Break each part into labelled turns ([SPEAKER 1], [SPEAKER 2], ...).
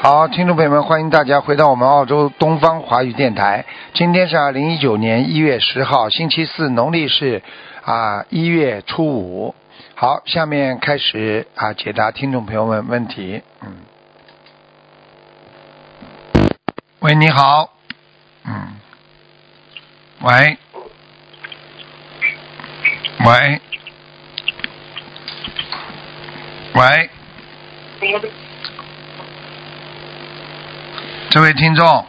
[SPEAKER 1] 好，听众朋友们，欢迎大家回到我们澳洲东方华语电台。今天是二零一九年一月十号，星期四，农历是啊一月初五。好，下面开始啊解答听众朋友们问题。嗯，喂，你好。嗯，喂，喂，喂，这位听众，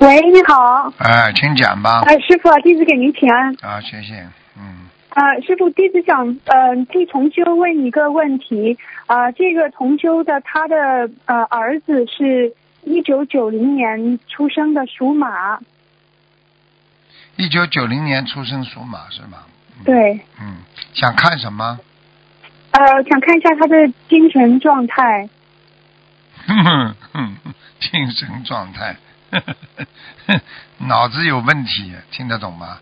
[SPEAKER 2] 喂，你好，
[SPEAKER 1] 哎，请讲吧。
[SPEAKER 2] 呃，师傅，弟子给您请安。
[SPEAKER 1] 啊，谢谢。嗯，
[SPEAKER 2] 呃，师傅，弟子想，呃，替同修问一个问题。呃，这个同修的他的呃儿子是一九九零年出生的，属马。
[SPEAKER 1] 嗯一九九零年出生，属马是吗？
[SPEAKER 2] 对，
[SPEAKER 1] 嗯，想看什么？
[SPEAKER 2] 呃，想看一下他的精神状态。
[SPEAKER 1] 哼哼，精神状态， 脑子有问题，听得懂吗？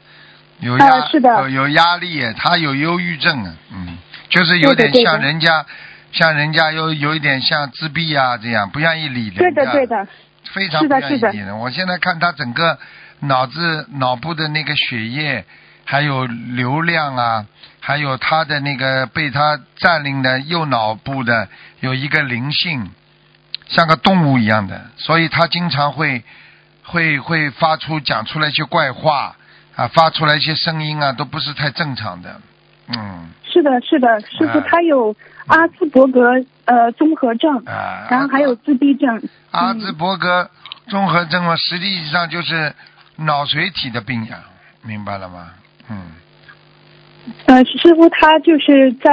[SPEAKER 1] 有压、
[SPEAKER 2] 呃是的
[SPEAKER 1] 有有压力，他有忧郁症，嗯，就是有点
[SPEAKER 2] 对的对的
[SPEAKER 1] 像人家，像人家有有一点像自闭啊，这样不愿意理人家，
[SPEAKER 2] 对的，对的，
[SPEAKER 1] 非常
[SPEAKER 2] 是
[SPEAKER 1] 不
[SPEAKER 2] 的
[SPEAKER 1] 愿意
[SPEAKER 2] 是的
[SPEAKER 1] 理人。我现在看他整个脑子脑部的那个血液，还有流量啊，还有他的那个被他占领的右脑部的有一个灵性，像个动物一样的，所以他经常会会会发出讲出来一些怪话啊，发出来一些声音啊，都不是太正常的。嗯
[SPEAKER 2] 是的，是的，师傅
[SPEAKER 1] 啊
[SPEAKER 2] 他有阿斯伯格呃综合症，
[SPEAKER 1] 啊，
[SPEAKER 2] 然后还有自闭症。
[SPEAKER 1] 阿兹伯格综合症嘛，实际上就是脑髓体的病呀，明白了吗？嗯，
[SPEAKER 2] 呃，师傅他就是在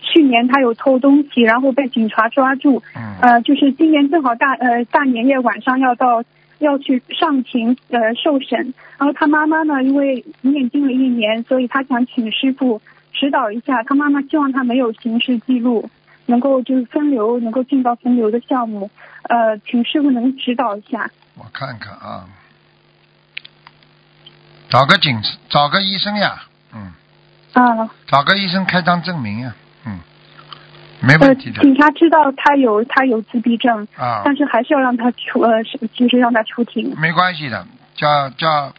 [SPEAKER 2] 去年他有偷东西，然后被警察抓住。
[SPEAKER 1] 嗯
[SPEAKER 2] 呃，就是今年正好大呃大年夜晚上要到要去上庭呃受审，然后他妈妈呢因为念经了一年，所以他想请师傅指导一下。他妈妈希望他没有刑事记录，能够就是分流，能够进到分流的项目。呃，请师傅能指导一下。
[SPEAKER 1] 我看看啊，找个警，找个医生呀，嗯，
[SPEAKER 2] 啊、
[SPEAKER 1] 找个医生开张证明呀，嗯，没
[SPEAKER 2] 呃，
[SPEAKER 1] 问题的
[SPEAKER 2] 警察知道他有他有自闭症，
[SPEAKER 1] 啊，
[SPEAKER 2] 但是还是要让他出呃，是就是让他出庭。
[SPEAKER 1] 没关系的，叫叫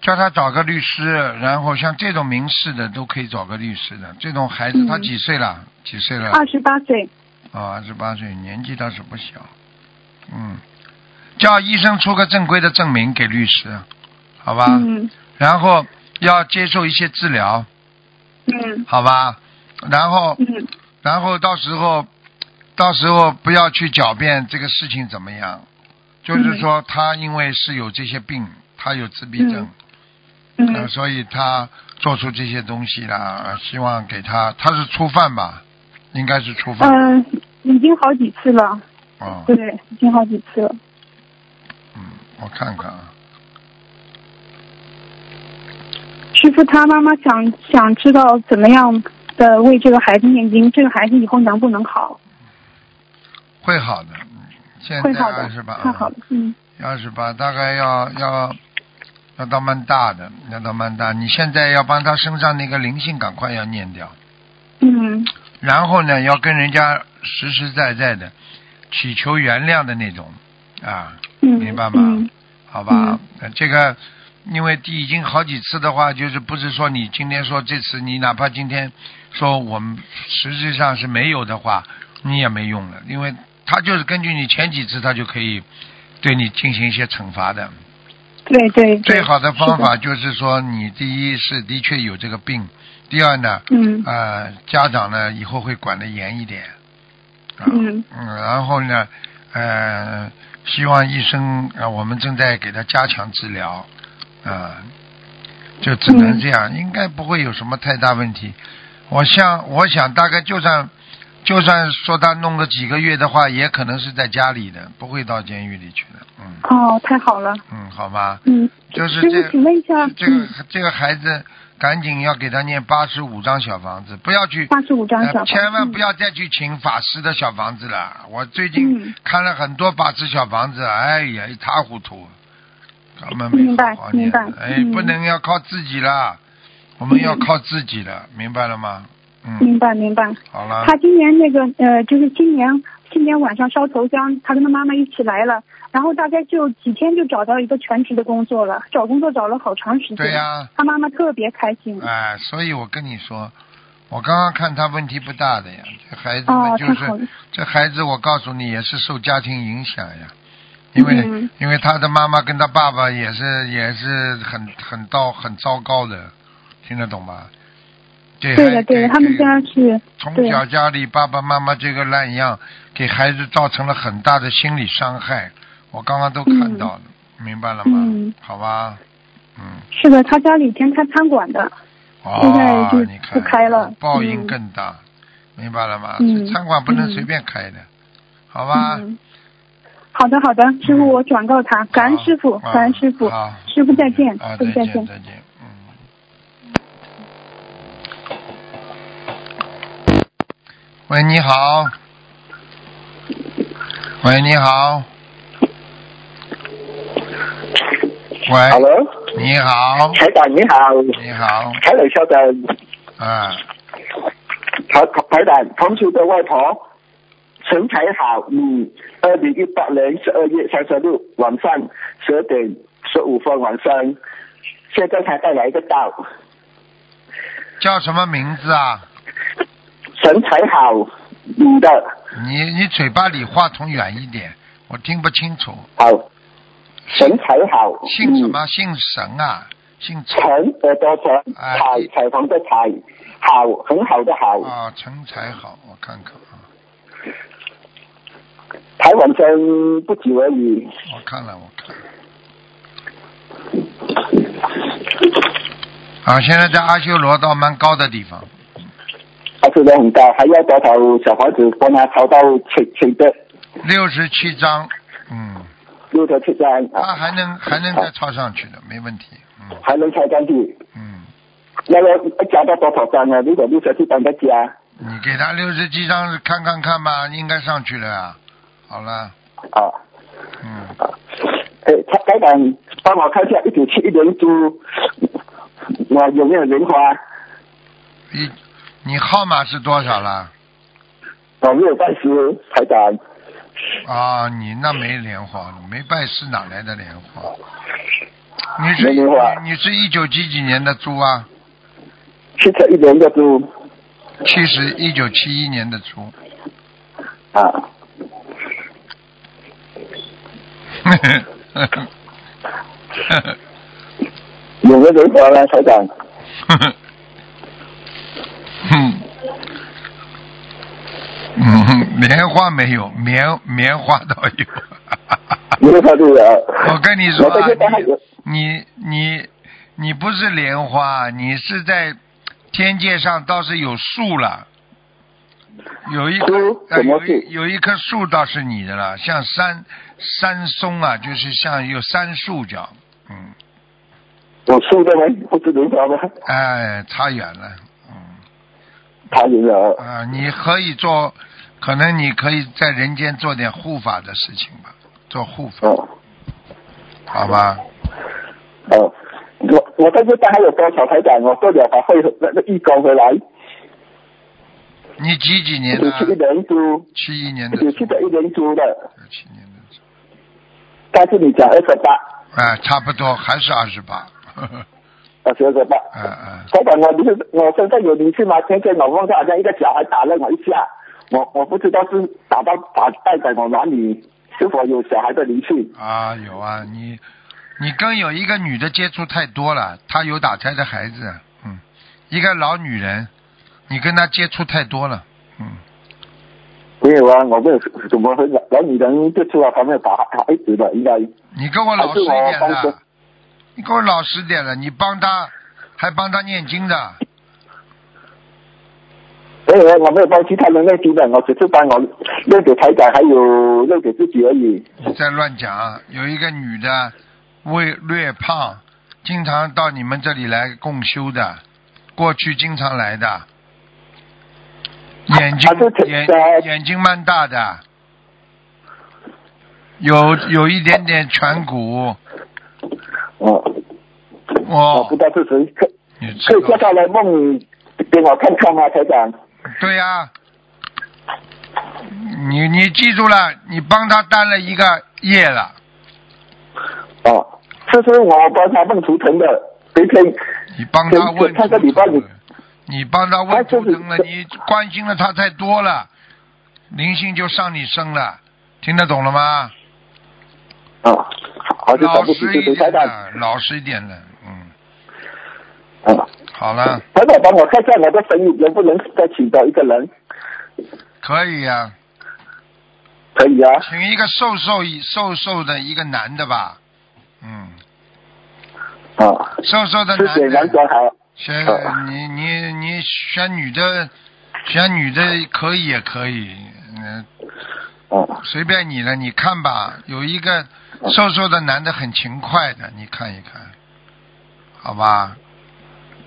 [SPEAKER 1] 叫他找个律师，然后像这种民事的都可以找个律师的，这种孩子他
[SPEAKER 2] 嗯
[SPEAKER 1] 几岁了？几岁了？
[SPEAKER 2] 二十八岁，
[SPEAKER 1] 啊，二十八岁，年纪倒是不小。嗯，叫医生出个正规的证明给律师，好吧？
[SPEAKER 2] 嗯
[SPEAKER 1] 然后要接受一些治疗，
[SPEAKER 2] 嗯
[SPEAKER 1] 好吧？然后，
[SPEAKER 2] 嗯
[SPEAKER 1] 然后到时候，到时候不要去狡辩这个事情怎么样，
[SPEAKER 2] 嗯
[SPEAKER 1] 就是说他因为是有这些病，他有自闭症，呃
[SPEAKER 2] 嗯，
[SPEAKER 1] 所以他做出这些东西啦，呃希望给他，他是初犯吧？应该是初犯，
[SPEAKER 2] 呃，已经好几次了，
[SPEAKER 1] 啊、
[SPEAKER 2] 呃对，已经好几次了。
[SPEAKER 1] 嗯，我看看啊。
[SPEAKER 2] 师傅他妈妈想想知道怎么样的为这个孩子念经，这个孩子以后能不能好？
[SPEAKER 1] 会好的，嗯现
[SPEAKER 2] 会
[SPEAKER 1] 在
[SPEAKER 2] 好
[SPEAKER 1] 二
[SPEAKER 2] 的
[SPEAKER 1] 十，八，
[SPEAKER 2] 太好了，嗯
[SPEAKER 1] 二十八大概要要要到蛮大的，要到蛮大。你现在要帮他身上那个灵性赶快要念掉，
[SPEAKER 2] 嗯
[SPEAKER 1] 然后呢，要跟人家实实在在的祈求原谅的那种啊，
[SPEAKER 2] 嗯，
[SPEAKER 1] 明白吗
[SPEAKER 2] 嗯
[SPEAKER 1] 好吧？呃这个因为第已经好几次的话，就是不是说你今天说这次，你哪怕今天说我们实质上是没有的话，你也没用了，因为他就是根据你前几次，他就可以对你进行一些惩罚的。
[SPEAKER 2] 对对对，
[SPEAKER 1] 最好的
[SPEAKER 2] 是
[SPEAKER 1] 方法就是说，你第一是的确有这个病，第二呢，
[SPEAKER 2] 嗯
[SPEAKER 1] 呃，家长呢以后会管得严一点。啊
[SPEAKER 2] 嗯
[SPEAKER 1] 嗯，然后呢，呃，希望医生啊、呃我们正在给他加强治疗，啊、就只
[SPEAKER 2] 嗯
[SPEAKER 1] 能这样，应该不会有什么太大问题。我想，我想大概就算就算说他弄个几个月的话，也可能是在家里的，不会到监狱里去的。嗯
[SPEAKER 2] 哦，太好了，
[SPEAKER 1] 嗯，好吧，
[SPEAKER 2] 嗯，
[SPEAKER 1] 就是
[SPEAKER 2] 师
[SPEAKER 1] 这
[SPEAKER 2] 傅，请问一下，嗯
[SPEAKER 1] 这个这个孩子赶紧要给他念八十五张小房子，不要去
[SPEAKER 2] 八十五张小嗯
[SPEAKER 1] 呃
[SPEAKER 2] 房子，
[SPEAKER 1] 千万不要再去请法师的小房子了。我最近
[SPEAKER 2] 嗯
[SPEAKER 1] 看了很多法师小房子，哎呀，一塌糊涂。咱们没
[SPEAKER 2] 明白
[SPEAKER 1] 好好念的
[SPEAKER 2] 明白
[SPEAKER 1] 哎，
[SPEAKER 2] 嗯
[SPEAKER 1] 不能要靠自己了，我们要靠自己了，明白了吗？
[SPEAKER 2] 嗯，
[SPEAKER 1] 嗯，
[SPEAKER 2] 明白明白。
[SPEAKER 1] 好了，
[SPEAKER 2] 他今年那个呃，就是今年今天晚上烧头香，他跟他妈妈一起来了，然后大概就几天就找到一个全职的工作了，找工作找了好长时间。
[SPEAKER 1] 对呀、
[SPEAKER 2] 他妈妈特别开心。
[SPEAKER 1] 哎，所以我跟你说，我刚刚看他问题不大的呀，这孩子
[SPEAKER 2] 哦
[SPEAKER 1] 们，就
[SPEAKER 2] 太
[SPEAKER 1] 是、
[SPEAKER 2] 好了。
[SPEAKER 1] 这孩子，我告诉你也是受家庭影响呀，因为、
[SPEAKER 2] 嗯
[SPEAKER 1] 因为他的妈妈跟他爸爸也是也是很很糟很糟糕的，听得懂吗？对
[SPEAKER 2] 对
[SPEAKER 1] 孩
[SPEAKER 2] 的，对
[SPEAKER 1] 给
[SPEAKER 2] 的，他们
[SPEAKER 1] 给
[SPEAKER 2] 家是
[SPEAKER 1] 从
[SPEAKER 2] 对
[SPEAKER 1] 小家里爸爸妈妈这个烂样，给孩子造成了很大的心理伤害。我刚刚都看到了，明白了吗？
[SPEAKER 2] 嗯
[SPEAKER 1] 好吧，嗯，
[SPEAKER 2] 是的，他家里以前开餐馆的，现在就
[SPEAKER 1] 哦，你看
[SPEAKER 2] 不开了
[SPEAKER 1] 报应
[SPEAKER 2] 嗯
[SPEAKER 1] 更大，明白了吗？
[SPEAKER 2] 嗯
[SPEAKER 1] 餐馆不能
[SPEAKER 2] 嗯
[SPEAKER 1] 随便开的，好吧？
[SPEAKER 2] 嗯，好的好的，师傅我转告他，感恩
[SPEAKER 1] 嗯好
[SPEAKER 2] 师傅，
[SPEAKER 1] 啊
[SPEAKER 2] 感恩师傅，
[SPEAKER 1] 好
[SPEAKER 2] 师傅再见
[SPEAKER 1] 啊，，
[SPEAKER 2] 师傅
[SPEAKER 1] 再
[SPEAKER 2] 再
[SPEAKER 1] 见，
[SPEAKER 2] 见。
[SPEAKER 1] 再见，嗯。嗯喂，你好。喂，你好。喂，
[SPEAKER 3] Hello，
[SPEAKER 1] 你好，
[SPEAKER 3] 台长你好，
[SPEAKER 1] 你好，
[SPEAKER 3] 台长稍等，
[SPEAKER 1] 啊，
[SPEAKER 3] 台台长，同学的外婆，陈才好，嗯，二零一八年十二月三十六晚上十点十五分晚上，现在才带来一个到，
[SPEAKER 1] 叫什么名字啊？
[SPEAKER 3] 陈才好，女的，
[SPEAKER 1] 你你嘴巴离话筒远一点，我听不清楚。
[SPEAKER 3] 好，陈才好，
[SPEAKER 1] 姓什
[SPEAKER 3] 嗯
[SPEAKER 1] 么？姓神啊？姓陈
[SPEAKER 3] 陈耳朵陈，
[SPEAKER 1] 哎
[SPEAKER 3] 彩彩虹的彩，好，很好的好，
[SPEAKER 1] 啊？陈才好，我看看啊。
[SPEAKER 3] 台湾生不久而已，
[SPEAKER 1] 我看了，我看了。啊，现在在阿修罗道蛮高的地方，
[SPEAKER 3] 他数量很高，还要多少小房子帮他抄到请请的
[SPEAKER 1] 六十七章，嗯，
[SPEAKER 3] 六条七张
[SPEAKER 1] 他
[SPEAKER 3] 啊，
[SPEAKER 1] 还能还能再抄上去的，没问题，嗯
[SPEAKER 3] 还能抄上去。
[SPEAKER 1] 嗯，
[SPEAKER 3] 那个加到多少张啊？如果六条七张再加
[SPEAKER 1] 你给他六十七章看看看吧，应该上去了啊，好了，
[SPEAKER 3] 啊
[SPEAKER 1] 嗯，
[SPEAKER 3] 啊，呃，他台长帮我看一下一九七一年猪，我有没有莲花？啊
[SPEAKER 1] 你你号码是多少了？
[SPEAKER 3] 我没有拜师，台长
[SPEAKER 1] 啊，你那没莲花，没拜师哪来的莲花？你
[SPEAKER 3] 没
[SPEAKER 1] 是
[SPEAKER 3] 莲花
[SPEAKER 1] 你是一九几几年的猪啊？
[SPEAKER 3] 七条一年的猪
[SPEAKER 1] 七十一九七一年的猪，
[SPEAKER 3] 啊，有没有莲花呢？台长
[SPEAKER 1] 嗯嗯，莲花没有，棉棉花倒有。
[SPEAKER 3] 莲花都有。
[SPEAKER 1] 我跟你说、
[SPEAKER 3] 啊我
[SPEAKER 1] 啊
[SPEAKER 3] 在这边还有，
[SPEAKER 1] 你你你你不是莲花，你是在天界上倒是有树了，有一棵、
[SPEAKER 3] 树
[SPEAKER 1] 呃
[SPEAKER 3] 什么
[SPEAKER 1] 有
[SPEAKER 3] 树
[SPEAKER 1] 一有一棵树倒是你的了，像山山松啊，就是像有杉树叫，嗯，
[SPEAKER 3] 有树的吗？不是莲花吗？
[SPEAKER 1] 哎，差远了，嗯。
[SPEAKER 3] 他有没有？
[SPEAKER 1] 啊，你可以做，可能你可以在人间做点护法的事情吧，做护法，
[SPEAKER 3] 哦。
[SPEAKER 1] 好吧？
[SPEAKER 3] 哦，我我在这边还有多少台长？我做了还会那个义工回来，
[SPEAKER 1] 你几几年
[SPEAKER 3] 九
[SPEAKER 1] 的？
[SPEAKER 3] 七一年租，
[SPEAKER 1] 七一年的猪。
[SPEAKER 3] 九七的一年租的，
[SPEAKER 1] 九七年的猪。
[SPEAKER 3] 但是你讲二十八，
[SPEAKER 1] 哎，差不多还是二十八。
[SPEAKER 3] 二十二十八。
[SPEAKER 1] 嗯嗯。
[SPEAKER 3] 台长，我不是我身上有灵性吗？前天我梦到好像一个小孩打了我一下，我我不知道是打到打带在我哪里，是否有小孩的灵性？
[SPEAKER 1] 啊，有啊，你你跟有一个女的接触太多了，她有打胎的孩子，嗯，一个老女人，你跟她接触太多了，嗯。
[SPEAKER 3] 没有啊，我没有，怎么会老老女人就出来旁边打孩子的？应该
[SPEAKER 1] 你跟我老实一
[SPEAKER 3] 还是
[SPEAKER 1] 点
[SPEAKER 3] 我帮
[SPEAKER 1] 了
[SPEAKER 3] 着，
[SPEAKER 1] 你跟我老实点了，你帮他还帮他念经的，
[SPEAKER 3] 没有啊，我没有帮其他人练经的，我只是帮我练给台长还有练给自己而已。
[SPEAKER 1] 你在乱讲啊。有一个女的，胃略胖，经常到你们这里来共修的，过去经常来的，眼睛
[SPEAKER 3] 啊对对
[SPEAKER 1] 眼
[SPEAKER 3] 对
[SPEAKER 1] 眼睛蛮大的，有有一点点颧骨，
[SPEAKER 3] 哦，我啊不
[SPEAKER 1] 哦
[SPEAKER 3] 知，道是谁，可
[SPEAKER 1] 你知
[SPEAKER 3] 可以叫
[SPEAKER 1] 道？
[SPEAKER 3] 他来梦给我看看吗，台长？
[SPEAKER 1] 对呀、你你记住了，你帮他担了一个业了，
[SPEAKER 3] 哦，这是我帮他问图腾的，今天
[SPEAKER 1] 你帮他问
[SPEAKER 3] 他这礼拜你
[SPEAKER 1] 你帮他
[SPEAKER 3] 他
[SPEAKER 1] 问
[SPEAKER 3] 就
[SPEAKER 1] 图
[SPEAKER 3] 哎是
[SPEAKER 1] 腾了，你关心了他太多了，灵性就上你身了，听得懂了吗？
[SPEAKER 3] 啊，好，就
[SPEAKER 1] 老
[SPEAKER 3] 找不起
[SPEAKER 1] 实
[SPEAKER 3] 就
[SPEAKER 1] 一
[SPEAKER 3] 是台
[SPEAKER 1] 点
[SPEAKER 3] 长，
[SPEAKER 1] 的，老实一点的，嗯，
[SPEAKER 3] 啊，
[SPEAKER 1] 好了，
[SPEAKER 3] 台长帮我看一下我的生意能不能再请到一个人，
[SPEAKER 1] 可以呀、
[SPEAKER 3] 可以啊，
[SPEAKER 1] 请一个瘦瘦一瘦瘦的一个男的吧，嗯，
[SPEAKER 3] 啊，
[SPEAKER 1] 瘦瘦的
[SPEAKER 3] 是选
[SPEAKER 1] 男
[SPEAKER 3] 男
[SPEAKER 1] 的，
[SPEAKER 3] 装好，
[SPEAKER 1] 选
[SPEAKER 3] 好
[SPEAKER 1] 你你你选女的，选女的可以也可以，嗯，
[SPEAKER 3] 啊，
[SPEAKER 1] 随便你了，你看吧，有一个瘦瘦的男的很勤快的，你看一看，好吧？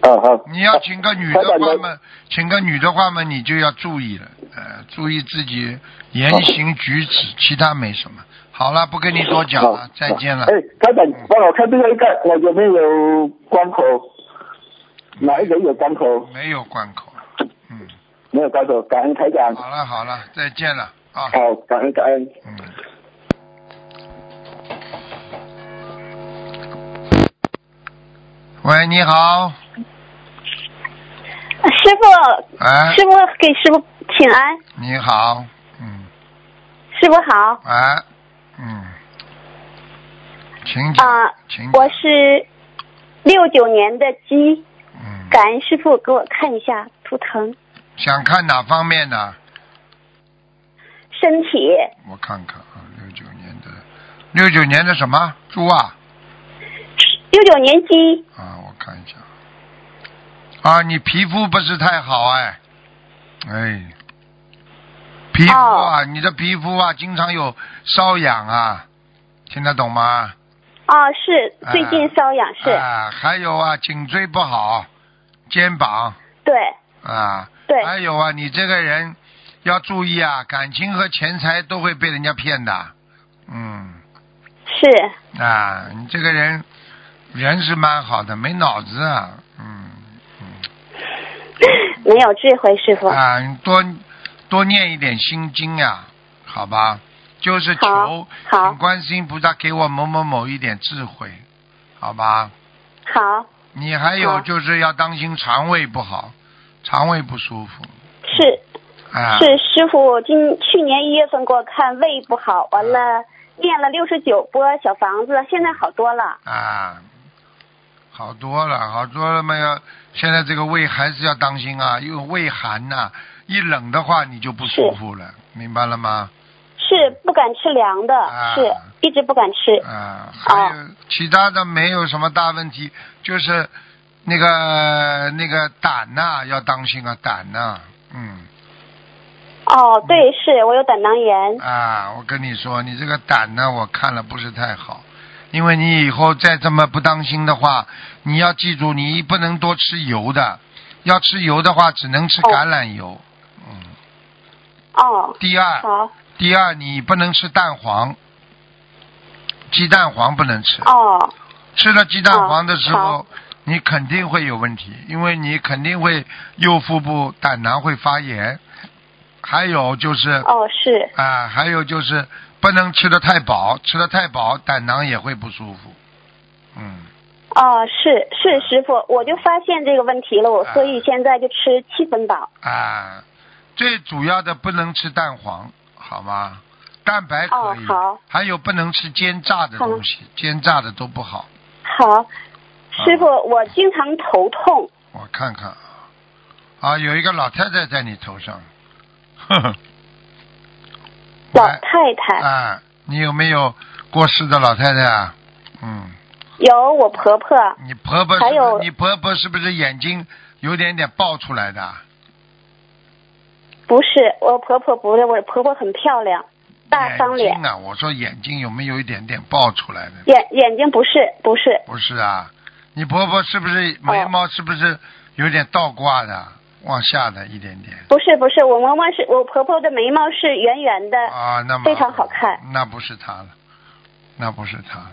[SPEAKER 3] 啊好，
[SPEAKER 1] 你要请个女的
[SPEAKER 3] 台
[SPEAKER 1] 话
[SPEAKER 3] 长
[SPEAKER 1] 嘛，请个女的话嘛，你就要注意了，呃，注意自己言行举止，其他没什么。好了，不跟你多讲
[SPEAKER 3] 好
[SPEAKER 1] 了，再见了嗯
[SPEAKER 3] 哎。，台长帮我看最后一个，我有没有关口？哪一个有关口？
[SPEAKER 1] 没有关口了，嗯，
[SPEAKER 3] 没有关口，感恩台长，
[SPEAKER 1] 好了好了，再见了啊，
[SPEAKER 3] 好，感恩感恩。
[SPEAKER 1] 嗯。喂，你好，
[SPEAKER 4] 师傅，
[SPEAKER 1] 哎，
[SPEAKER 4] 师傅给师傅请安，
[SPEAKER 1] 你好，嗯，
[SPEAKER 4] 师傅好，
[SPEAKER 1] 哎，嗯，请讲，
[SPEAKER 4] 啊、
[SPEAKER 1] 请
[SPEAKER 4] 我
[SPEAKER 1] 讲，
[SPEAKER 4] 是六九年的鸡，
[SPEAKER 1] 嗯，
[SPEAKER 4] 感恩师傅给我看一下图腾，
[SPEAKER 1] 想看哪方面呢？
[SPEAKER 4] 身体
[SPEAKER 1] 我看看啊，六九年的，六九年的什么猪啊？
[SPEAKER 4] 六九年鸡，
[SPEAKER 1] 啊，我看一下。啊，你皮肤不是太好哎，哎，皮肤
[SPEAKER 4] 哦
[SPEAKER 1] 啊，你的皮肤啊，经常有瘙痒啊，听得懂吗？
[SPEAKER 4] 啊，是
[SPEAKER 1] 啊
[SPEAKER 4] 最近瘙痒，是、
[SPEAKER 1] 啊，还有啊，颈椎不好，肩膀
[SPEAKER 4] 对
[SPEAKER 1] 啊，
[SPEAKER 4] 对
[SPEAKER 1] 还有啊，你这个人要注意啊，感情和钱财都会被人家骗的，嗯。
[SPEAKER 4] 是，
[SPEAKER 1] 啊，你这个人人是蛮好的，没脑子啊，嗯嗯，
[SPEAKER 4] 没有智慧，师傅、
[SPEAKER 1] 啊，你多多念一点心经呀、好吧？就是求
[SPEAKER 4] 好好
[SPEAKER 1] 请观世音菩萨给我某某某一点智慧，好吧？
[SPEAKER 4] 好
[SPEAKER 1] 你还有
[SPEAKER 4] 好
[SPEAKER 1] 就是要当心肠胃不好，肠胃不舒服
[SPEAKER 4] 是。
[SPEAKER 1] 啊。
[SPEAKER 4] 是师傅今去年一月份给我看胃不好，完
[SPEAKER 1] 啊
[SPEAKER 4] 了练了六十九波小房子，现在好多了。
[SPEAKER 1] 啊，好多了，好多了嘛要现在这个胃还是要当心啊，因为胃寒呐、一冷的话你就不舒服了，明白了吗？
[SPEAKER 4] 是不敢吃凉的，
[SPEAKER 1] 啊
[SPEAKER 4] 是一直不敢吃。
[SPEAKER 1] 啊，还有其他的没有什么大问题，就是那个那个胆呐、要当心啊，胆呐、嗯
[SPEAKER 4] 哦，对，是我有胆囊炎。
[SPEAKER 1] 啊，我跟你说，你这个胆呢，我看了不是太好。因为你以后再这么不当心的话，你要记住，你不能多吃油的，要吃油的话，只能吃
[SPEAKER 4] 哦
[SPEAKER 1] 橄榄油。嗯。
[SPEAKER 4] 哦，
[SPEAKER 1] 第二，
[SPEAKER 4] 好，
[SPEAKER 1] 第二，你不能吃蛋黄，鸡蛋黄不能吃。
[SPEAKER 4] 哦，
[SPEAKER 1] 吃了鸡蛋黄的时候，
[SPEAKER 4] 哦好
[SPEAKER 1] 你肯定会有问题，因为你肯定会右腹部胆囊会发炎，还有就是啊、
[SPEAKER 4] 哦，是
[SPEAKER 1] 还有就是不能吃的太饱，吃的太饱胆囊也会不舒服。嗯，
[SPEAKER 4] 哦，是是师傅，我就发现这个问题了，我
[SPEAKER 1] 啊
[SPEAKER 4] 所以现在就吃七分饱。
[SPEAKER 1] 啊，最主要的不能吃蛋黄，好吗？蛋白可以，
[SPEAKER 4] 哦好
[SPEAKER 1] 还有不能吃煎炸的东西，煎炸的都不好。啊
[SPEAKER 4] 好，师傅，我经常头痛。
[SPEAKER 1] 我看看啊，啊，有一个老太太在你头上，呵呵，
[SPEAKER 4] 老
[SPEAKER 1] 喂
[SPEAKER 4] 太太
[SPEAKER 1] 啊，你有没有过世的老太太啊？嗯，
[SPEAKER 4] 有我婆婆，
[SPEAKER 1] 你婆婆是
[SPEAKER 4] 还
[SPEAKER 1] 不
[SPEAKER 4] 有
[SPEAKER 1] 是你婆婆是不是眼睛有点点爆出来的啊？
[SPEAKER 4] 不是我婆婆不是，我婆婆很漂亮，大方
[SPEAKER 1] 眼
[SPEAKER 4] 脸
[SPEAKER 1] 睛，啊，我说眼睛有没有一点点爆出来的？
[SPEAKER 4] 眼眼睛不是不是，
[SPEAKER 1] 不是啊，你婆婆是不是眉
[SPEAKER 4] 哦
[SPEAKER 1] 毛是不是有点倒挂的，往下的一点点？
[SPEAKER 4] 不是不是，我嬷嬷是我婆婆的眉毛是圆圆的，
[SPEAKER 1] 啊，那么
[SPEAKER 4] 呃非常好看。
[SPEAKER 1] 那不是她了，那不是她了。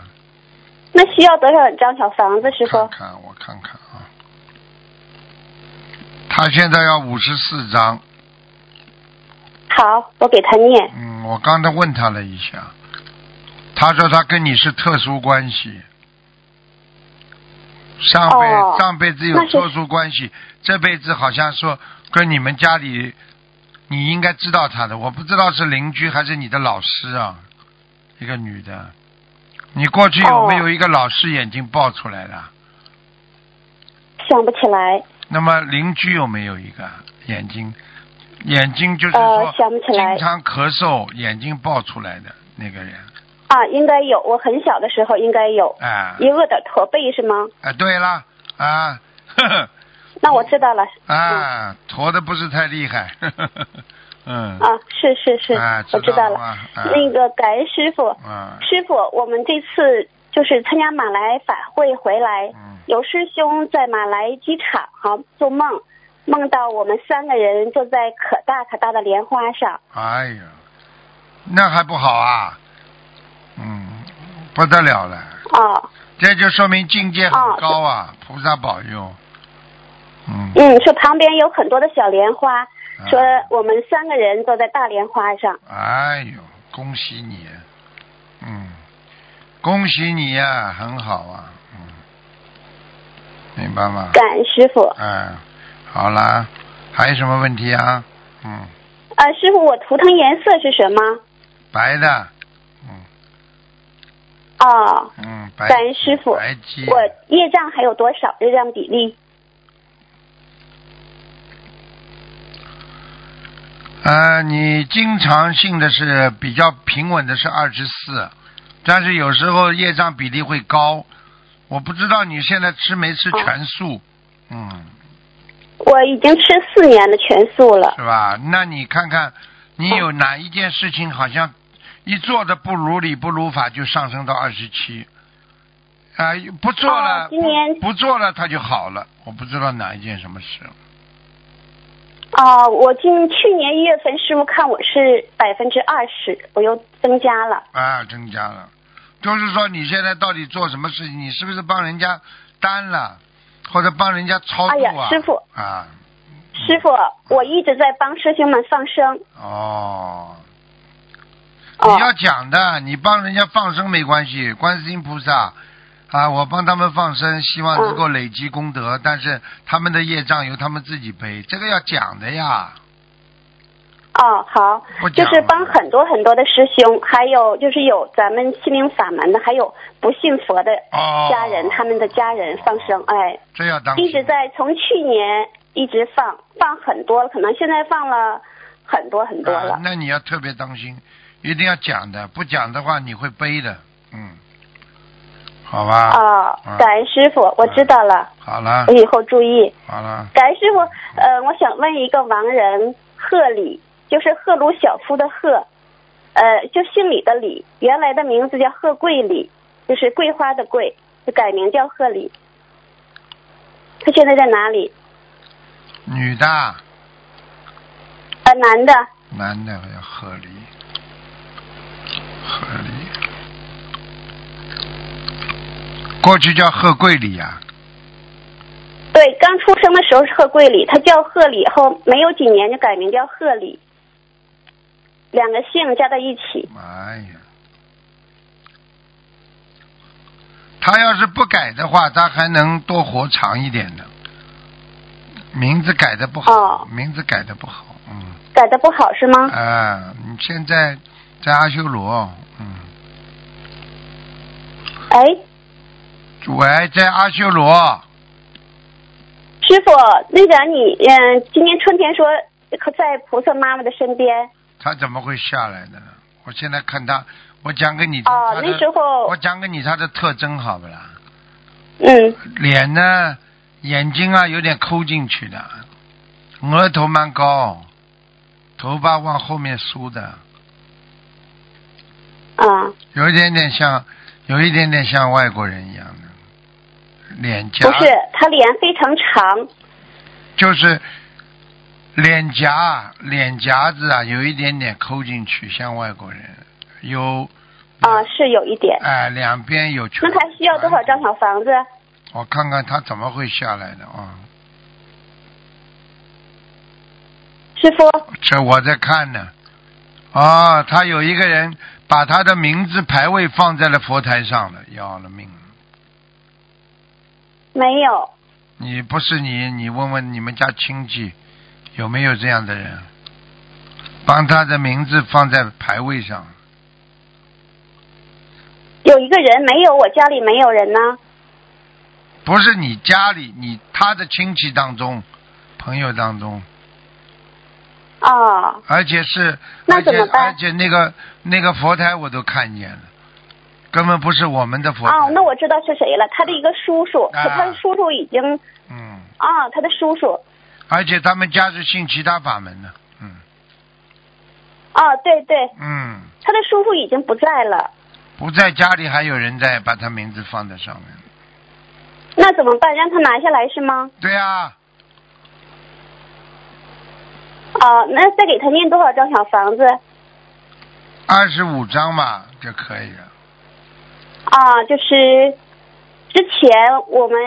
[SPEAKER 4] 那需要多少张小房子，师 傅？
[SPEAKER 1] 看看我看看啊，他现在要五十四张，
[SPEAKER 4] 好，我给他念。
[SPEAKER 1] 嗯，我刚才问他了一下，他说他跟你是特殊关系，上辈、
[SPEAKER 4] 哦
[SPEAKER 1] 上辈子有
[SPEAKER 4] 那是
[SPEAKER 1] 特殊关系，这辈子好像说跟你们家里，你应该知道他的，我不知道是邻居还是你的老师啊，一个女的，你过去有没
[SPEAKER 4] 哦
[SPEAKER 1] 有一个老师眼睛爆出来的？
[SPEAKER 4] 想不起来，
[SPEAKER 1] 那么邻居有没有一个眼睛？眼睛就是说
[SPEAKER 4] 呃，想不起来
[SPEAKER 1] 经常咳嗽，眼睛爆出来的那个人，
[SPEAKER 4] 啊，应该有，我很小的时候应该有，
[SPEAKER 1] 哎、
[SPEAKER 4] 也饿点驼背是吗？
[SPEAKER 1] 哎，对了，啊， 呵呵，
[SPEAKER 4] 那我知道了。嗯
[SPEAKER 1] 啊，驼的不是太厉害， 呵呵呵嗯，
[SPEAKER 4] 啊，是是是，
[SPEAKER 1] 啊
[SPEAKER 4] 我
[SPEAKER 1] 知
[SPEAKER 4] 知
[SPEAKER 1] 道
[SPEAKER 4] 道
[SPEAKER 1] 了
[SPEAKER 4] 了。
[SPEAKER 1] 啊
[SPEAKER 4] 那个感恩师傅，
[SPEAKER 1] 啊，
[SPEAKER 4] 师傅，我们这次就是参加马来法会回来，
[SPEAKER 1] 嗯
[SPEAKER 4] 有师兄在马来机场哈、做梦，梦到我们三个人坐在可大可大的莲花上，
[SPEAKER 1] 哎呀，那还不好啊，嗯，不得了了，
[SPEAKER 4] 哦，
[SPEAKER 1] 这就说明境界很
[SPEAKER 4] 哦是
[SPEAKER 1] 高啊，菩萨保佑，嗯，
[SPEAKER 4] 嗯，说旁边有很多的小莲花，说
[SPEAKER 1] 啊
[SPEAKER 4] 我们三个人坐在大莲花上，
[SPEAKER 1] 哎呦，恭喜你，啊嗯，恭喜你呀、很好啊，嗯，明白吗？
[SPEAKER 4] 感恩师傅。
[SPEAKER 1] 哎，好啦，还有什么问题啊？嗯，
[SPEAKER 4] 啊，师傅，我图腾颜色是什么？
[SPEAKER 1] 白的，嗯
[SPEAKER 4] 哦，
[SPEAKER 1] 嗯，白。
[SPEAKER 4] 感恩师傅，
[SPEAKER 1] 白鸡，
[SPEAKER 4] 我业障还有多少？业障比例？
[SPEAKER 1] 呃，你经常性的是比较平稳的是二十四，但是有时候业障比例会高，我不知道你现在吃没吃全素，嗯。
[SPEAKER 4] 我已经吃四年的全素了。
[SPEAKER 1] 是吧？那你看看，你有哪一件事情好像一做的不如理不如法，就上升到二十七，啊，不做了，
[SPEAKER 4] 哦今年
[SPEAKER 1] 不不做了，它就好了。我不知道哪一件什么事，
[SPEAKER 4] 哦，我今去年一月份师傅看我是百分之二十，我又增加了。
[SPEAKER 1] 啊，增加了。就是说你现在到底做什么事情？你是不是帮人家担了，或者帮人家超
[SPEAKER 4] 哎呀
[SPEAKER 1] 度啊？
[SPEAKER 4] 师傅
[SPEAKER 1] 啊，
[SPEAKER 4] 师傅，
[SPEAKER 1] 嗯
[SPEAKER 4] 我一直在帮师兄们放生。
[SPEAKER 1] 哦。
[SPEAKER 4] 哦
[SPEAKER 1] 你要讲的，你帮人家放生没关系，观世音菩萨啊，我帮他们放生，希望能够累积功德，
[SPEAKER 4] 嗯
[SPEAKER 1] 但是他们的业障由他们自己背，这个要讲的呀。
[SPEAKER 4] 哦，好
[SPEAKER 1] 不，
[SPEAKER 4] 就
[SPEAKER 1] 讲
[SPEAKER 4] 是
[SPEAKER 1] 了
[SPEAKER 4] 帮很多很多的师兄，还有就是有咱们心灵法门的，还有不信佛的
[SPEAKER 1] 哦，
[SPEAKER 4] 家人，他们的家人放生。哎，
[SPEAKER 1] 这要当心
[SPEAKER 4] 一直在从去年一直放，放很多了，可能现在放了很多很多了。
[SPEAKER 1] 啊那你要特别当心，一定要讲的，不讲的话你会背的，嗯，好吧，
[SPEAKER 4] 哦，
[SPEAKER 1] 啊
[SPEAKER 4] 感恩师傅，我知道了，
[SPEAKER 1] 好了
[SPEAKER 4] 我，以后注意。
[SPEAKER 1] 好了，
[SPEAKER 4] 感恩师傅，呃，我想问一个亡人贺礼，就是赫鲁晓夫的贺，呃，就姓李的李，原来的名字叫贺桂李，就是桂花的桂，就改名叫贺礼。他现在在哪里？
[SPEAKER 1] 女的，
[SPEAKER 4] 呃，男的，
[SPEAKER 1] 男的要合理，合理。过去叫贺桂啊礼呀、
[SPEAKER 4] 对，刚出生的时候是贺桂礼，他叫贺礼后没有几年就改名叫贺礼，两个姓加在一起。
[SPEAKER 1] 哎呀，他要是不改的话，他还能多活长一点的。名字改的不好，
[SPEAKER 4] 哦
[SPEAKER 1] 名字改的不好，嗯，
[SPEAKER 4] 改的不好是吗？
[SPEAKER 1] 啊，你现在在阿修罗，嗯，
[SPEAKER 4] 哎，
[SPEAKER 1] 喂，在阿修罗，
[SPEAKER 4] 师傅，那个你，嗯，今年春天说可在菩萨妈妈的身边。
[SPEAKER 1] 他怎么会下来的呢？我现在看他，我讲给你听，
[SPEAKER 4] 哦
[SPEAKER 1] 他，的
[SPEAKER 4] 那时候
[SPEAKER 1] 我，讲给你他的特征好不啦？
[SPEAKER 4] 嗯，
[SPEAKER 1] 脸呢，眼睛啊有点抠进去的，额头蛮高，头发往后面梳的，
[SPEAKER 4] 啊，
[SPEAKER 1] 有一点点像，有一点点像外国人一样的脸颊
[SPEAKER 4] 不，是，他脸非常长，
[SPEAKER 1] 就是脸颊脸颊子啊有一点点抠进去，像外国人，有
[SPEAKER 4] 啊，是有一点。
[SPEAKER 1] 哎、两边有
[SPEAKER 4] 那他需要多少张
[SPEAKER 1] 小？
[SPEAKER 4] 小房子？
[SPEAKER 1] 我看看他怎么会下来的啊、
[SPEAKER 4] 师傅，
[SPEAKER 1] 这我在看呢，啊，他有一个人把他的名字牌位放在了佛台上了，要了命！
[SPEAKER 4] 没有，
[SPEAKER 1] 你不是你，你问问你们家亲戚有没有这样的人，帮他的名字放在牌位上。
[SPEAKER 4] 有一个人没有，我家里没有人呢。
[SPEAKER 1] 不是你家里，你他的亲戚当中、朋友当中，
[SPEAKER 4] 哦，
[SPEAKER 1] 而且是，
[SPEAKER 4] 那
[SPEAKER 1] 而
[SPEAKER 4] 怎
[SPEAKER 1] 且
[SPEAKER 4] 么办
[SPEAKER 1] 而且那个那个佛台我都看见了，根本不是我们的佛台。
[SPEAKER 4] 哦，那我知道是谁了，他的一个叔叔，
[SPEAKER 1] 啊
[SPEAKER 4] 可他的叔叔已经
[SPEAKER 1] 嗯，
[SPEAKER 4] 啊、他的叔叔
[SPEAKER 1] 而且他们家是信其他法门的，嗯
[SPEAKER 4] 啊、对对，
[SPEAKER 1] 嗯，
[SPEAKER 4] 他的叔叔已经不在了，
[SPEAKER 1] 不在家里还有人在把他名字放在上面。
[SPEAKER 4] 那怎么办？让他拿下来是吗？
[SPEAKER 1] 对啊，
[SPEAKER 4] 哦，那再给他念多少张小房子？
[SPEAKER 1] 二十五张嘛就可以了。
[SPEAKER 4] 啊，就是之前我们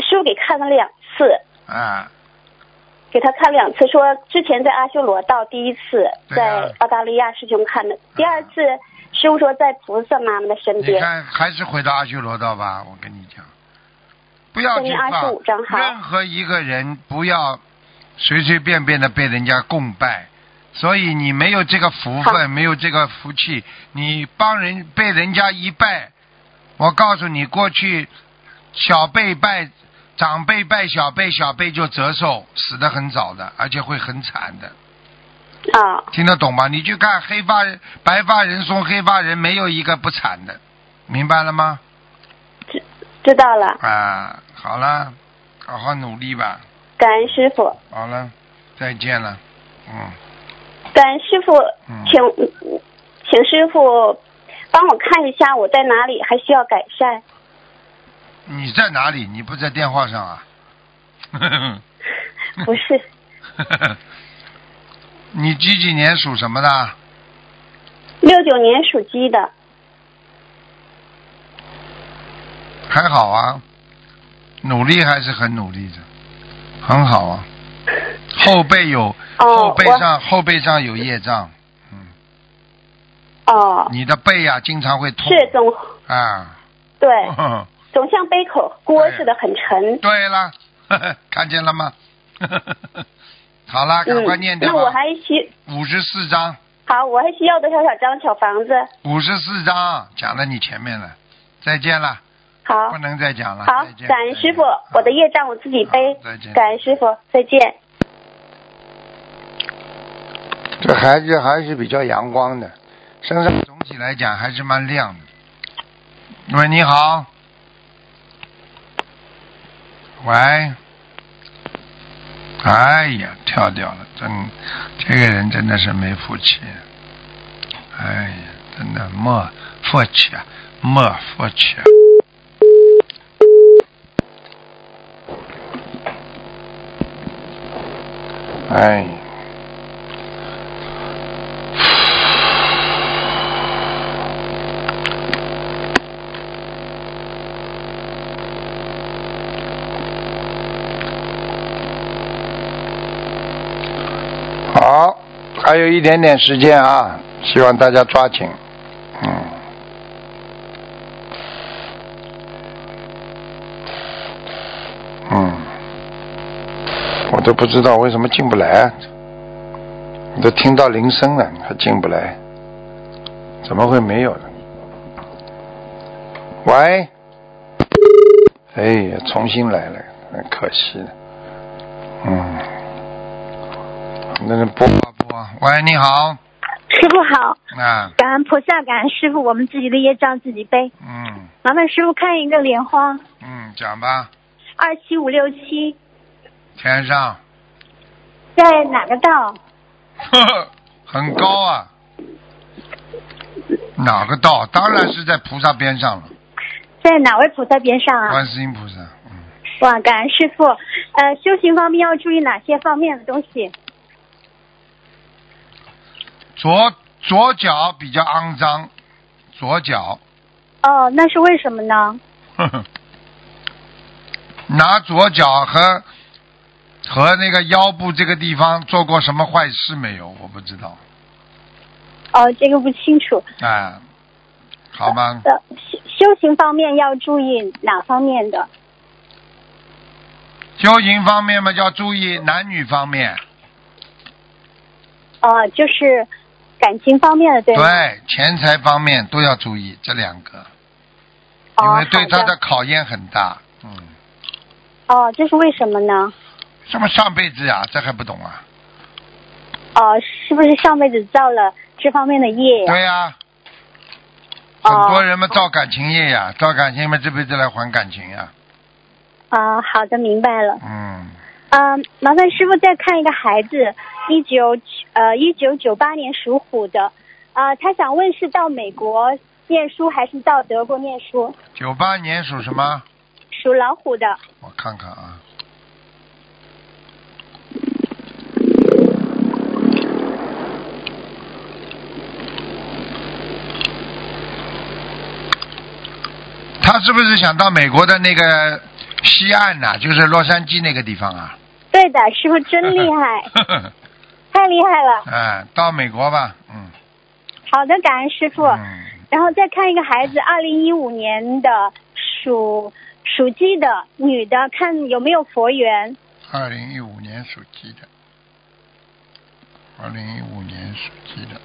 [SPEAKER 4] 师傅给看了两次，
[SPEAKER 1] 啊，
[SPEAKER 4] 给他看两次，说之前在阿修罗道第一次
[SPEAKER 1] 对啊
[SPEAKER 4] 在澳大利亚师兄看的，第二次师傅说在菩萨妈妈的身
[SPEAKER 1] 你
[SPEAKER 4] 边。
[SPEAKER 1] 看还是回到阿修罗道吧，我跟你讲，不要去
[SPEAKER 4] 下面
[SPEAKER 1] 放
[SPEAKER 4] 25张好
[SPEAKER 1] 任何一个人不要随随便便的被人家供拜，所以你没有这个福
[SPEAKER 4] 好
[SPEAKER 1] 分，没有这个福气，你帮人被人家一拜，我告诉你，过去小辈拜。长辈拜小辈，小辈就折寿，死得很早的，而且会很惨的。
[SPEAKER 4] 啊
[SPEAKER 1] 听得懂吗？你去看黑发人、白发人送黑发人，没有一个不惨的，明白了吗？
[SPEAKER 4] 知道了，
[SPEAKER 1] 啊，好了，好好努力吧。
[SPEAKER 4] 感恩师傅，
[SPEAKER 1] 好了，再见了。嗯，
[SPEAKER 4] 感恩师傅
[SPEAKER 1] 嗯，
[SPEAKER 4] 请请师傅帮我看一下我在哪里还需要改 善。
[SPEAKER 1] 你在哪里？你不在电话上啊？
[SPEAKER 4] 不是
[SPEAKER 1] 你几几年属什么的？
[SPEAKER 4] 六九年属鸡的，
[SPEAKER 1] 还好啊，努力还是很努力的，很好啊。后背有，后
[SPEAKER 4] 哦，
[SPEAKER 1] 背上后背上有业障，
[SPEAKER 4] 我哦
[SPEAKER 1] 你的背呀、经常会痛
[SPEAKER 4] 是总
[SPEAKER 1] 啊。
[SPEAKER 4] 对。
[SPEAKER 1] 嗯
[SPEAKER 4] 总像背口
[SPEAKER 1] 哎
[SPEAKER 4] 锅似的很沉。
[SPEAKER 1] 对了， 看见了吗？ 好了，赶快念
[SPEAKER 4] 嗯，
[SPEAKER 1] 掉
[SPEAKER 4] 那我
[SPEAKER 1] 吧。
[SPEAKER 4] 还需
[SPEAKER 1] 五十四章，
[SPEAKER 4] 好，我还需要多少小张小房子？
[SPEAKER 1] 五十四章，讲到你前面了，再见了，
[SPEAKER 4] 好
[SPEAKER 1] 不，能再讲了。
[SPEAKER 4] 好
[SPEAKER 1] 再，见
[SPEAKER 4] 感恩师傅
[SPEAKER 1] 再见，
[SPEAKER 4] 我的业障我自己背
[SPEAKER 1] 好再见。
[SPEAKER 4] 感恩师傅，再见。
[SPEAKER 1] 这孩子还是比较阳光的，身上总体来讲还是蛮亮的。喂，你好。喂。哎呀，跳掉了，真，这个人真的是没福气。啊哎呀，真的没福气啊，没福气啊。哎呀。好，还有一点点时间啊，希望大家抓紧。嗯。嗯。我都不知道为什么进不来啊，我都听到铃声了，还进不来，怎么会没有呢？喂。哎呀，重新来了，那可惜了。嗯。那个播啊播啊，喂，你好，
[SPEAKER 5] 师傅好，
[SPEAKER 1] 啊，
[SPEAKER 5] 感恩菩萨，感恩师傅，我们自己的业障自己背。
[SPEAKER 1] 嗯
[SPEAKER 5] 麻烦师傅看一个莲花，
[SPEAKER 1] 嗯，讲吧，
[SPEAKER 5] 二七五六七
[SPEAKER 1] 天上，
[SPEAKER 5] 在哪个道？
[SPEAKER 1] 呵呵，很高啊，哪个道？当然是在菩萨边上了，
[SPEAKER 5] 在哪位菩萨边上啊？
[SPEAKER 1] 观世音菩萨，嗯，
[SPEAKER 5] 哇，感恩师傅。呃，修行方面要注意哪些方面的东西？
[SPEAKER 1] 左左脚比较肮脏，左脚，
[SPEAKER 5] 哦，那是为什么呢？
[SPEAKER 1] 呵呵，拿左脚和和那个腰部这个地方做过什么坏事没有？我不知道，
[SPEAKER 4] 哦，这个不清楚。
[SPEAKER 1] 啊，好吗？
[SPEAKER 4] 呃，修修行方面要注意哪方面的？
[SPEAKER 1] 修行方面嘛，要注意男女方面，
[SPEAKER 4] 呃，就是感情方面的，对吗？
[SPEAKER 1] 对，钱财方面都要注意这两个，因
[SPEAKER 4] 哦
[SPEAKER 1] 为，对他
[SPEAKER 4] 好
[SPEAKER 1] 的考验很大。嗯，
[SPEAKER 4] 哦，这是为什么呢？
[SPEAKER 1] 什么上辈子啊，这还不懂啊？
[SPEAKER 4] 哦，是不是上辈子造了这方面的业呀？
[SPEAKER 1] 对呀、
[SPEAKER 4] 啊哦
[SPEAKER 1] 很多人嘛造感情业呀、造感情嘛这辈子来还感情呀、
[SPEAKER 4] 啊、好的，明白了。
[SPEAKER 1] 嗯，
[SPEAKER 4] 嗯，麻烦师傅再看一个孩子，一九呃一九九八年属虎的，啊、他想问是到美国念书还是到德国念书？
[SPEAKER 1] 九八年属什么？
[SPEAKER 4] 属老虎的，
[SPEAKER 1] 我看看啊。他是不是想到美国的那个西岸呐、就是洛杉矶那个地方啊？
[SPEAKER 4] 对的，师傅真厉 害，太厉害了。
[SPEAKER 1] 哎，到美国吧，嗯。
[SPEAKER 4] 好的，感恩师傅。
[SPEAKER 1] 嗯，
[SPEAKER 4] 然后再看一个孩子，二零一五年的属属鸡的女的，看有没有佛缘。
[SPEAKER 1] 二零一五年属鸡的，二零一五年属鸡的，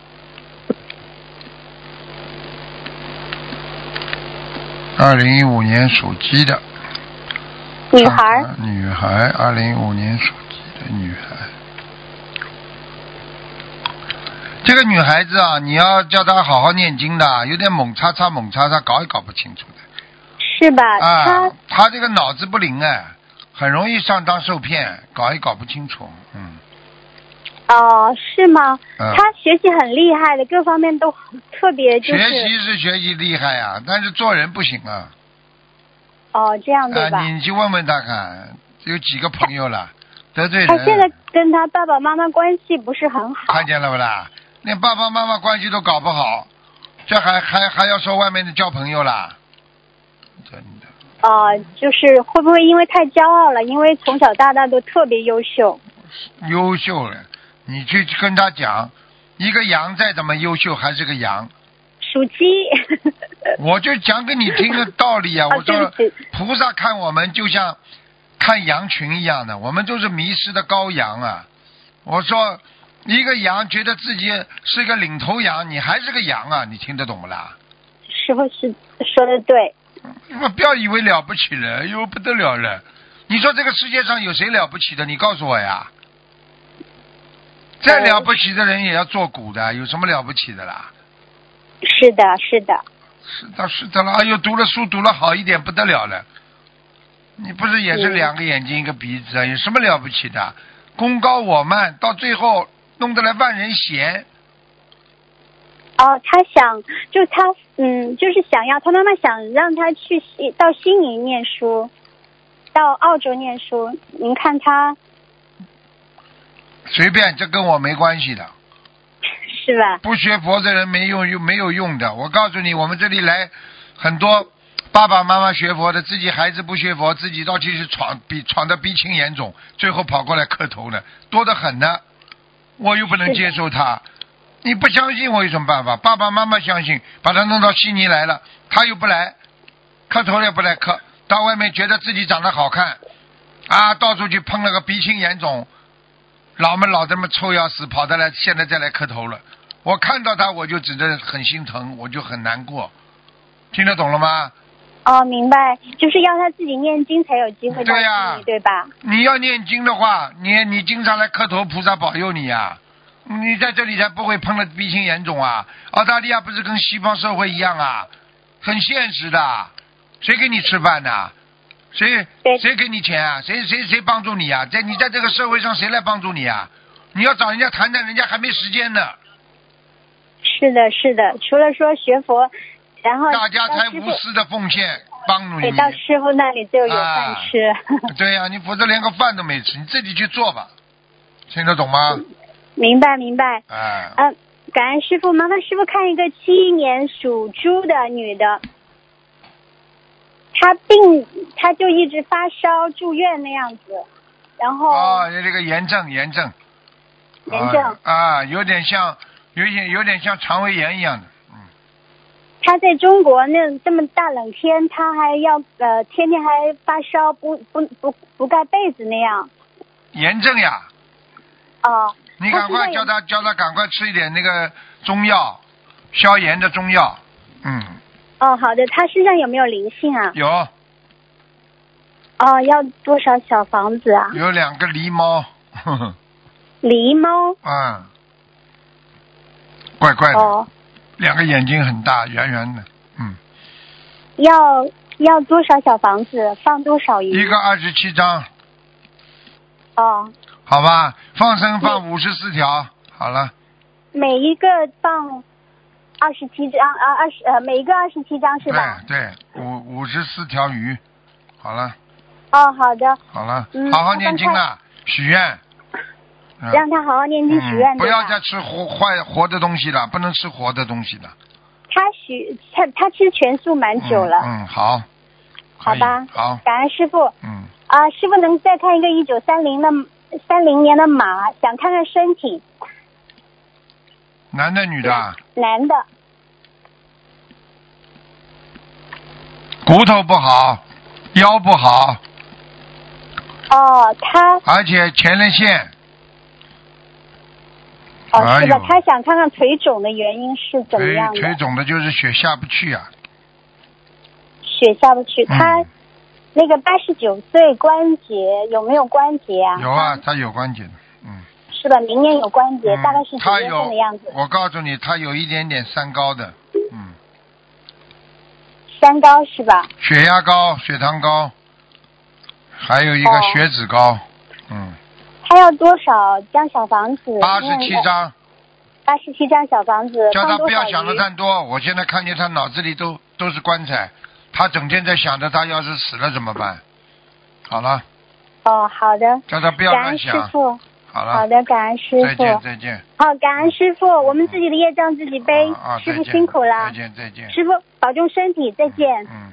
[SPEAKER 1] 二零一五年属鸡的
[SPEAKER 4] 女孩儿，
[SPEAKER 1] 啊女孩，二零一五年属鸡的女孩。这个女孩子啊，你要叫她好好念经的，有点猛叉叉猛叉叉，搞也搞不清楚的。
[SPEAKER 4] 是吧？
[SPEAKER 1] 啊
[SPEAKER 4] 她，
[SPEAKER 1] 她这个脑子不灵哎，很容易上当受骗，搞也搞不清楚。嗯，
[SPEAKER 4] 哦、是吗？
[SPEAKER 1] 嗯
[SPEAKER 4] 她学习很厉害的，各方面都很特别，就
[SPEAKER 1] 学
[SPEAKER 4] 是
[SPEAKER 1] 习是学习厉害呀、但是做人不行啊。
[SPEAKER 4] 哦、这样对
[SPEAKER 1] 啊，
[SPEAKER 4] 吧？
[SPEAKER 1] 你去问问她看，有几个朋友了，得罪人。
[SPEAKER 4] 她现在跟她爸爸妈妈关系不是很好。
[SPEAKER 1] 看见了不啦？连爸爸妈妈关系都搞不好，这还还还要说外面的交朋友啦？真的，
[SPEAKER 4] 哦、就是会不会因为太骄傲了？因为从小到大都特别优秀。
[SPEAKER 1] 优秀了，你去跟他讲，一个羊再怎么优秀还是个羊。
[SPEAKER 4] 属鸡。
[SPEAKER 1] 我就讲给你听个道理啊！
[SPEAKER 4] 啊
[SPEAKER 1] 我说
[SPEAKER 4] 对不
[SPEAKER 1] 菩萨看我们就像看羊群一样的，我们都是迷失的羔羊啊！我说一个羊觉得自己是个领头羊，你还是个羊啊！你听得懂不啦？
[SPEAKER 4] 师傅是说的对，
[SPEAKER 1] 我不要以为了不起了，哎呦不得了了！你说这个世界上有谁了不起的？你告诉我呀！
[SPEAKER 4] 呃
[SPEAKER 1] 再了不起的人也要做股的，有什么了不起的啦？
[SPEAKER 4] 是的，是的。
[SPEAKER 1] 是的，是的了。哎呦，读了书读了好一点不得了了。你不是也是
[SPEAKER 4] 嗯
[SPEAKER 1] 两个眼睛一个鼻子啊？有什么了不起的？功高我慢，到最后弄得来万人嫌。
[SPEAKER 4] 哦，他想，就他，嗯，就是想要，他妈妈想让他去悉到悉尼念书，到澳洲念书。您看他
[SPEAKER 1] 随便，这跟我没关系的。
[SPEAKER 4] 是吧？
[SPEAKER 1] 不学佛的人没用，用没有用的。我告诉你，我们这里来很多爸爸妈妈学佛的，自己孩子不学佛，自己到去是闯比闯的鼻青眼肿，最后跑过来磕头的多得很呢。我又不能接受他，你不相信我有什么办法？爸爸妈妈相信，把他弄到悉尼来了，他又不来，磕头也不来磕，到外面觉得自己长得好看，啊，到处去碰了个鼻青眼肿，老么老这么臭要死，跑得来，现在再来磕头了。我看到他我就只能很心疼，我就很难过，听得懂了吗？
[SPEAKER 4] 哦，明白，就是要他自己念经才有机会到
[SPEAKER 1] 对呀
[SPEAKER 4] 悉尼，对吧？
[SPEAKER 1] 你要念经的话，你你经常来磕头，菩萨保佑你呀、你在这里才不会碰了鼻青眼肿啊！澳大利亚不是跟西方社会一样啊，很现实的，谁给你吃饭呐、谁
[SPEAKER 4] 对
[SPEAKER 1] 谁给你钱啊？谁谁谁帮助你啊？在你在这个社会上谁来帮助你啊？你要找人家谈谈，人家还没时间呢，
[SPEAKER 4] 是的，是的。除了说学佛，然后
[SPEAKER 1] 大家
[SPEAKER 4] 到
[SPEAKER 1] 才
[SPEAKER 4] 师
[SPEAKER 1] 无
[SPEAKER 4] 傅，
[SPEAKER 1] 私的奉献帮助
[SPEAKER 4] 对，
[SPEAKER 1] 你。
[SPEAKER 4] 到师傅那里就有
[SPEAKER 1] 啊
[SPEAKER 4] 饭吃。
[SPEAKER 1] 对呀、你否则连个饭都没吃，你自己去做吧，听得懂吗？
[SPEAKER 4] 嗯明白，明白。
[SPEAKER 1] 哎，
[SPEAKER 4] 嗯、感恩师傅，麻烦师傅看一个七一年属猪的女的，她病，她就一直发烧住院那样子，然后、
[SPEAKER 1] 啊哦，这个炎症，炎症，
[SPEAKER 4] 炎症
[SPEAKER 1] 啊，啊有点像有点有点像肠胃炎一样的，嗯，
[SPEAKER 4] 他在中国那这么大冷天，他还要呃天天还发烧，不不不不盖被子那样。
[SPEAKER 1] 炎症呀，
[SPEAKER 4] 哦，
[SPEAKER 1] 你赶快叫他叫他赶快吃一点那个中药，消炎的中药，嗯，
[SPEAKER 4] 哦，好的，他身上有没有灵性啊？
[SPEAKER 1] 有
[SPEAKER 4] 哦，要多少小房子啊？
[SPEAKER 1] 有两个狸猫， 呵呵
[SPEAKER 4] 狸猫
[SPEAKER 1] 嗯，怪怪的，
[SPEAKER 4] 哦，
[SPEAKER 1] 两个眼睛很大，圆圆的，嗯，
[SPEAKER 4] 要要多少小房子？放多少鱼？
[SPEAKER 1] 一个二十七张，
[SPEAKER 4] 哦，
[SPEAKER 1] 好吧，放生放
[SPEAKER 4] 嗯
[SPEAKER 1] 五十四条，好了，
[SPEAKER 4] 每一个放二十七张啊，二十呃，每一个二十七张是
[SPEAKER 1] 对
[SPEAKER 4] 吧？
[SPEAKER 1] 对，五五十四条鱼，好了
[SPEAKER 4] 哦，好的，
[SPEAKER 1] 好了，
[SPEAKER 4] 嗯
[SPEAKER 1] 好好念经
[SPEAKER 4] 让
[SPEAKER 1] 了，许愿，嗯
[SPEAKER 4] 让他好好念经许愿、
[SPEAKER 1] 嗯，不
[SPEAKER 4] 对
[SPEAKER 1] 要
[SPEAKER 4] 吧？
[SPEAKER 1] 再吃活坏活的东西了，不能吃活的东西了。
[SPEAKER 4] 他许他他吃全素蛮久了，
[SPEAKER 1] 嗯，嗯好，
[SPEAKER 4] 好吧
[SPEAKER 1] 可以好，
[SPEAKER 4] 感恩师傅
[SPEAKER 1] 嗯，
[SPEAKER 4] 啊，师傅能再看一个一九三零的三零年的马，想看看身体，
[SPEAKER 1] 男的女的啊，
[SPEAKER 4] 男的
[SPEAKER 1] 骨头不好，腰不好，
[SPEAKER 4] 哦，他
[SPEAKER 1] 而且前列腺
[SPEAKER 4] 哦是
[SPEAKER 1] 哎
[SPEAKER 4] 的
[SPEAKER 1] 呦，
[SPEAKER 4] 他想看看腿肿的原因是怎么
[SPEAKER 1] 腿
[SPEAKER 4] 样的，
[SPEAKER 1] 腿肿的就是血下不去啊。
[SPEAKER 4] 血下不去，他
[SPEAKER 1] 嗯，
[SPEAKER 4] 那个八十九岁关节有没有关节啊？
[SPEAKER 1] 有啊，他有关节的，嗯。
[SPEAKER 4] 是吧？明年有关节，
[SPEAKER 1] 嗯
[SPEAKER 4] 大概是几
[SPEAKER 1] 他
[SPEAKER 4] 月份
[SPEAKER 1] 有
[SPEAKER 4] 的样子？
[SPEAKER 1] 我告诉你，他有一点点三高的，嗯，
[SPEAKER 4] 三高是吧？
[SPEAKER 1] 血压高、血糖高，还有一个
[SPEAKER 4] 哦
[SPEAKER 1] 血脂高，嗯，
[SPEAKER 4] 他要多少张小房子？
[SPEAKER 1] 八十七张。
[SPEAKER 4] 八十七张小房子，
[SPEAKER 1] 叫
[SPEAKER 4] 放
[SPEAKER 1] 他
[SPEAKER 4] 多
[SPEAKER 1] 不
[SPEAKER 4] 少
[SPEAKER 1] 要
[SPEAKER 4] 鱼？
[SPEAKER 1] 想的太多。我现在看见他脑子里都都是棺材，他整天在想着他要是死了怎么办。好了，
[SPEAKER 4] 哦，好的，
[SPEAKER 1] 叫他不要
[SPEAKER 4] 感
[SPEAKER 1] 乱
[SPEAKER 4] 恩师
[SPEAKER 1] 想。
[SPEAKER 4] 傅。
[SPEAKER 1] 好
[SPEAKER 4] 好
[SPEAKER 1] 了，
[SPEAKER 4] 的，感恩师
[SPEAKER 1] 再
[SPEAKER 4] 傅。
[SPEAKER 1] 见再见。
[SPEAKER 4] 好，感恩师傅，我们自己的业障自己背。
[SPEAKER 1] 嗯啊啊，
[SPEAKER 4] 师傅
[SPEAKER 1] 再见
[SPEAKER 4] 辛苦了
[SPEAKER 1] 再，见再见。
[SPEAKER 4] 师傅保重身体，再见。
[SPEAKER 1] 嗯。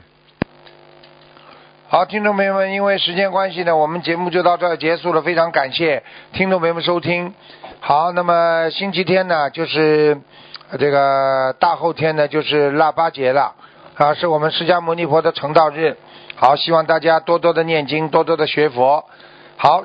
[SPEAKER 1] 好，听众朋友们，因为时间关系呢，我们节目就到这儿结束了。非常感谢听众朋友们收听。好，那么星期天呢，就是呃这个大后天呢，就是腊八节了，啊，是我们释迦牟尼佛的成道日。好，希望大家多多的念经，多多的学佛。好。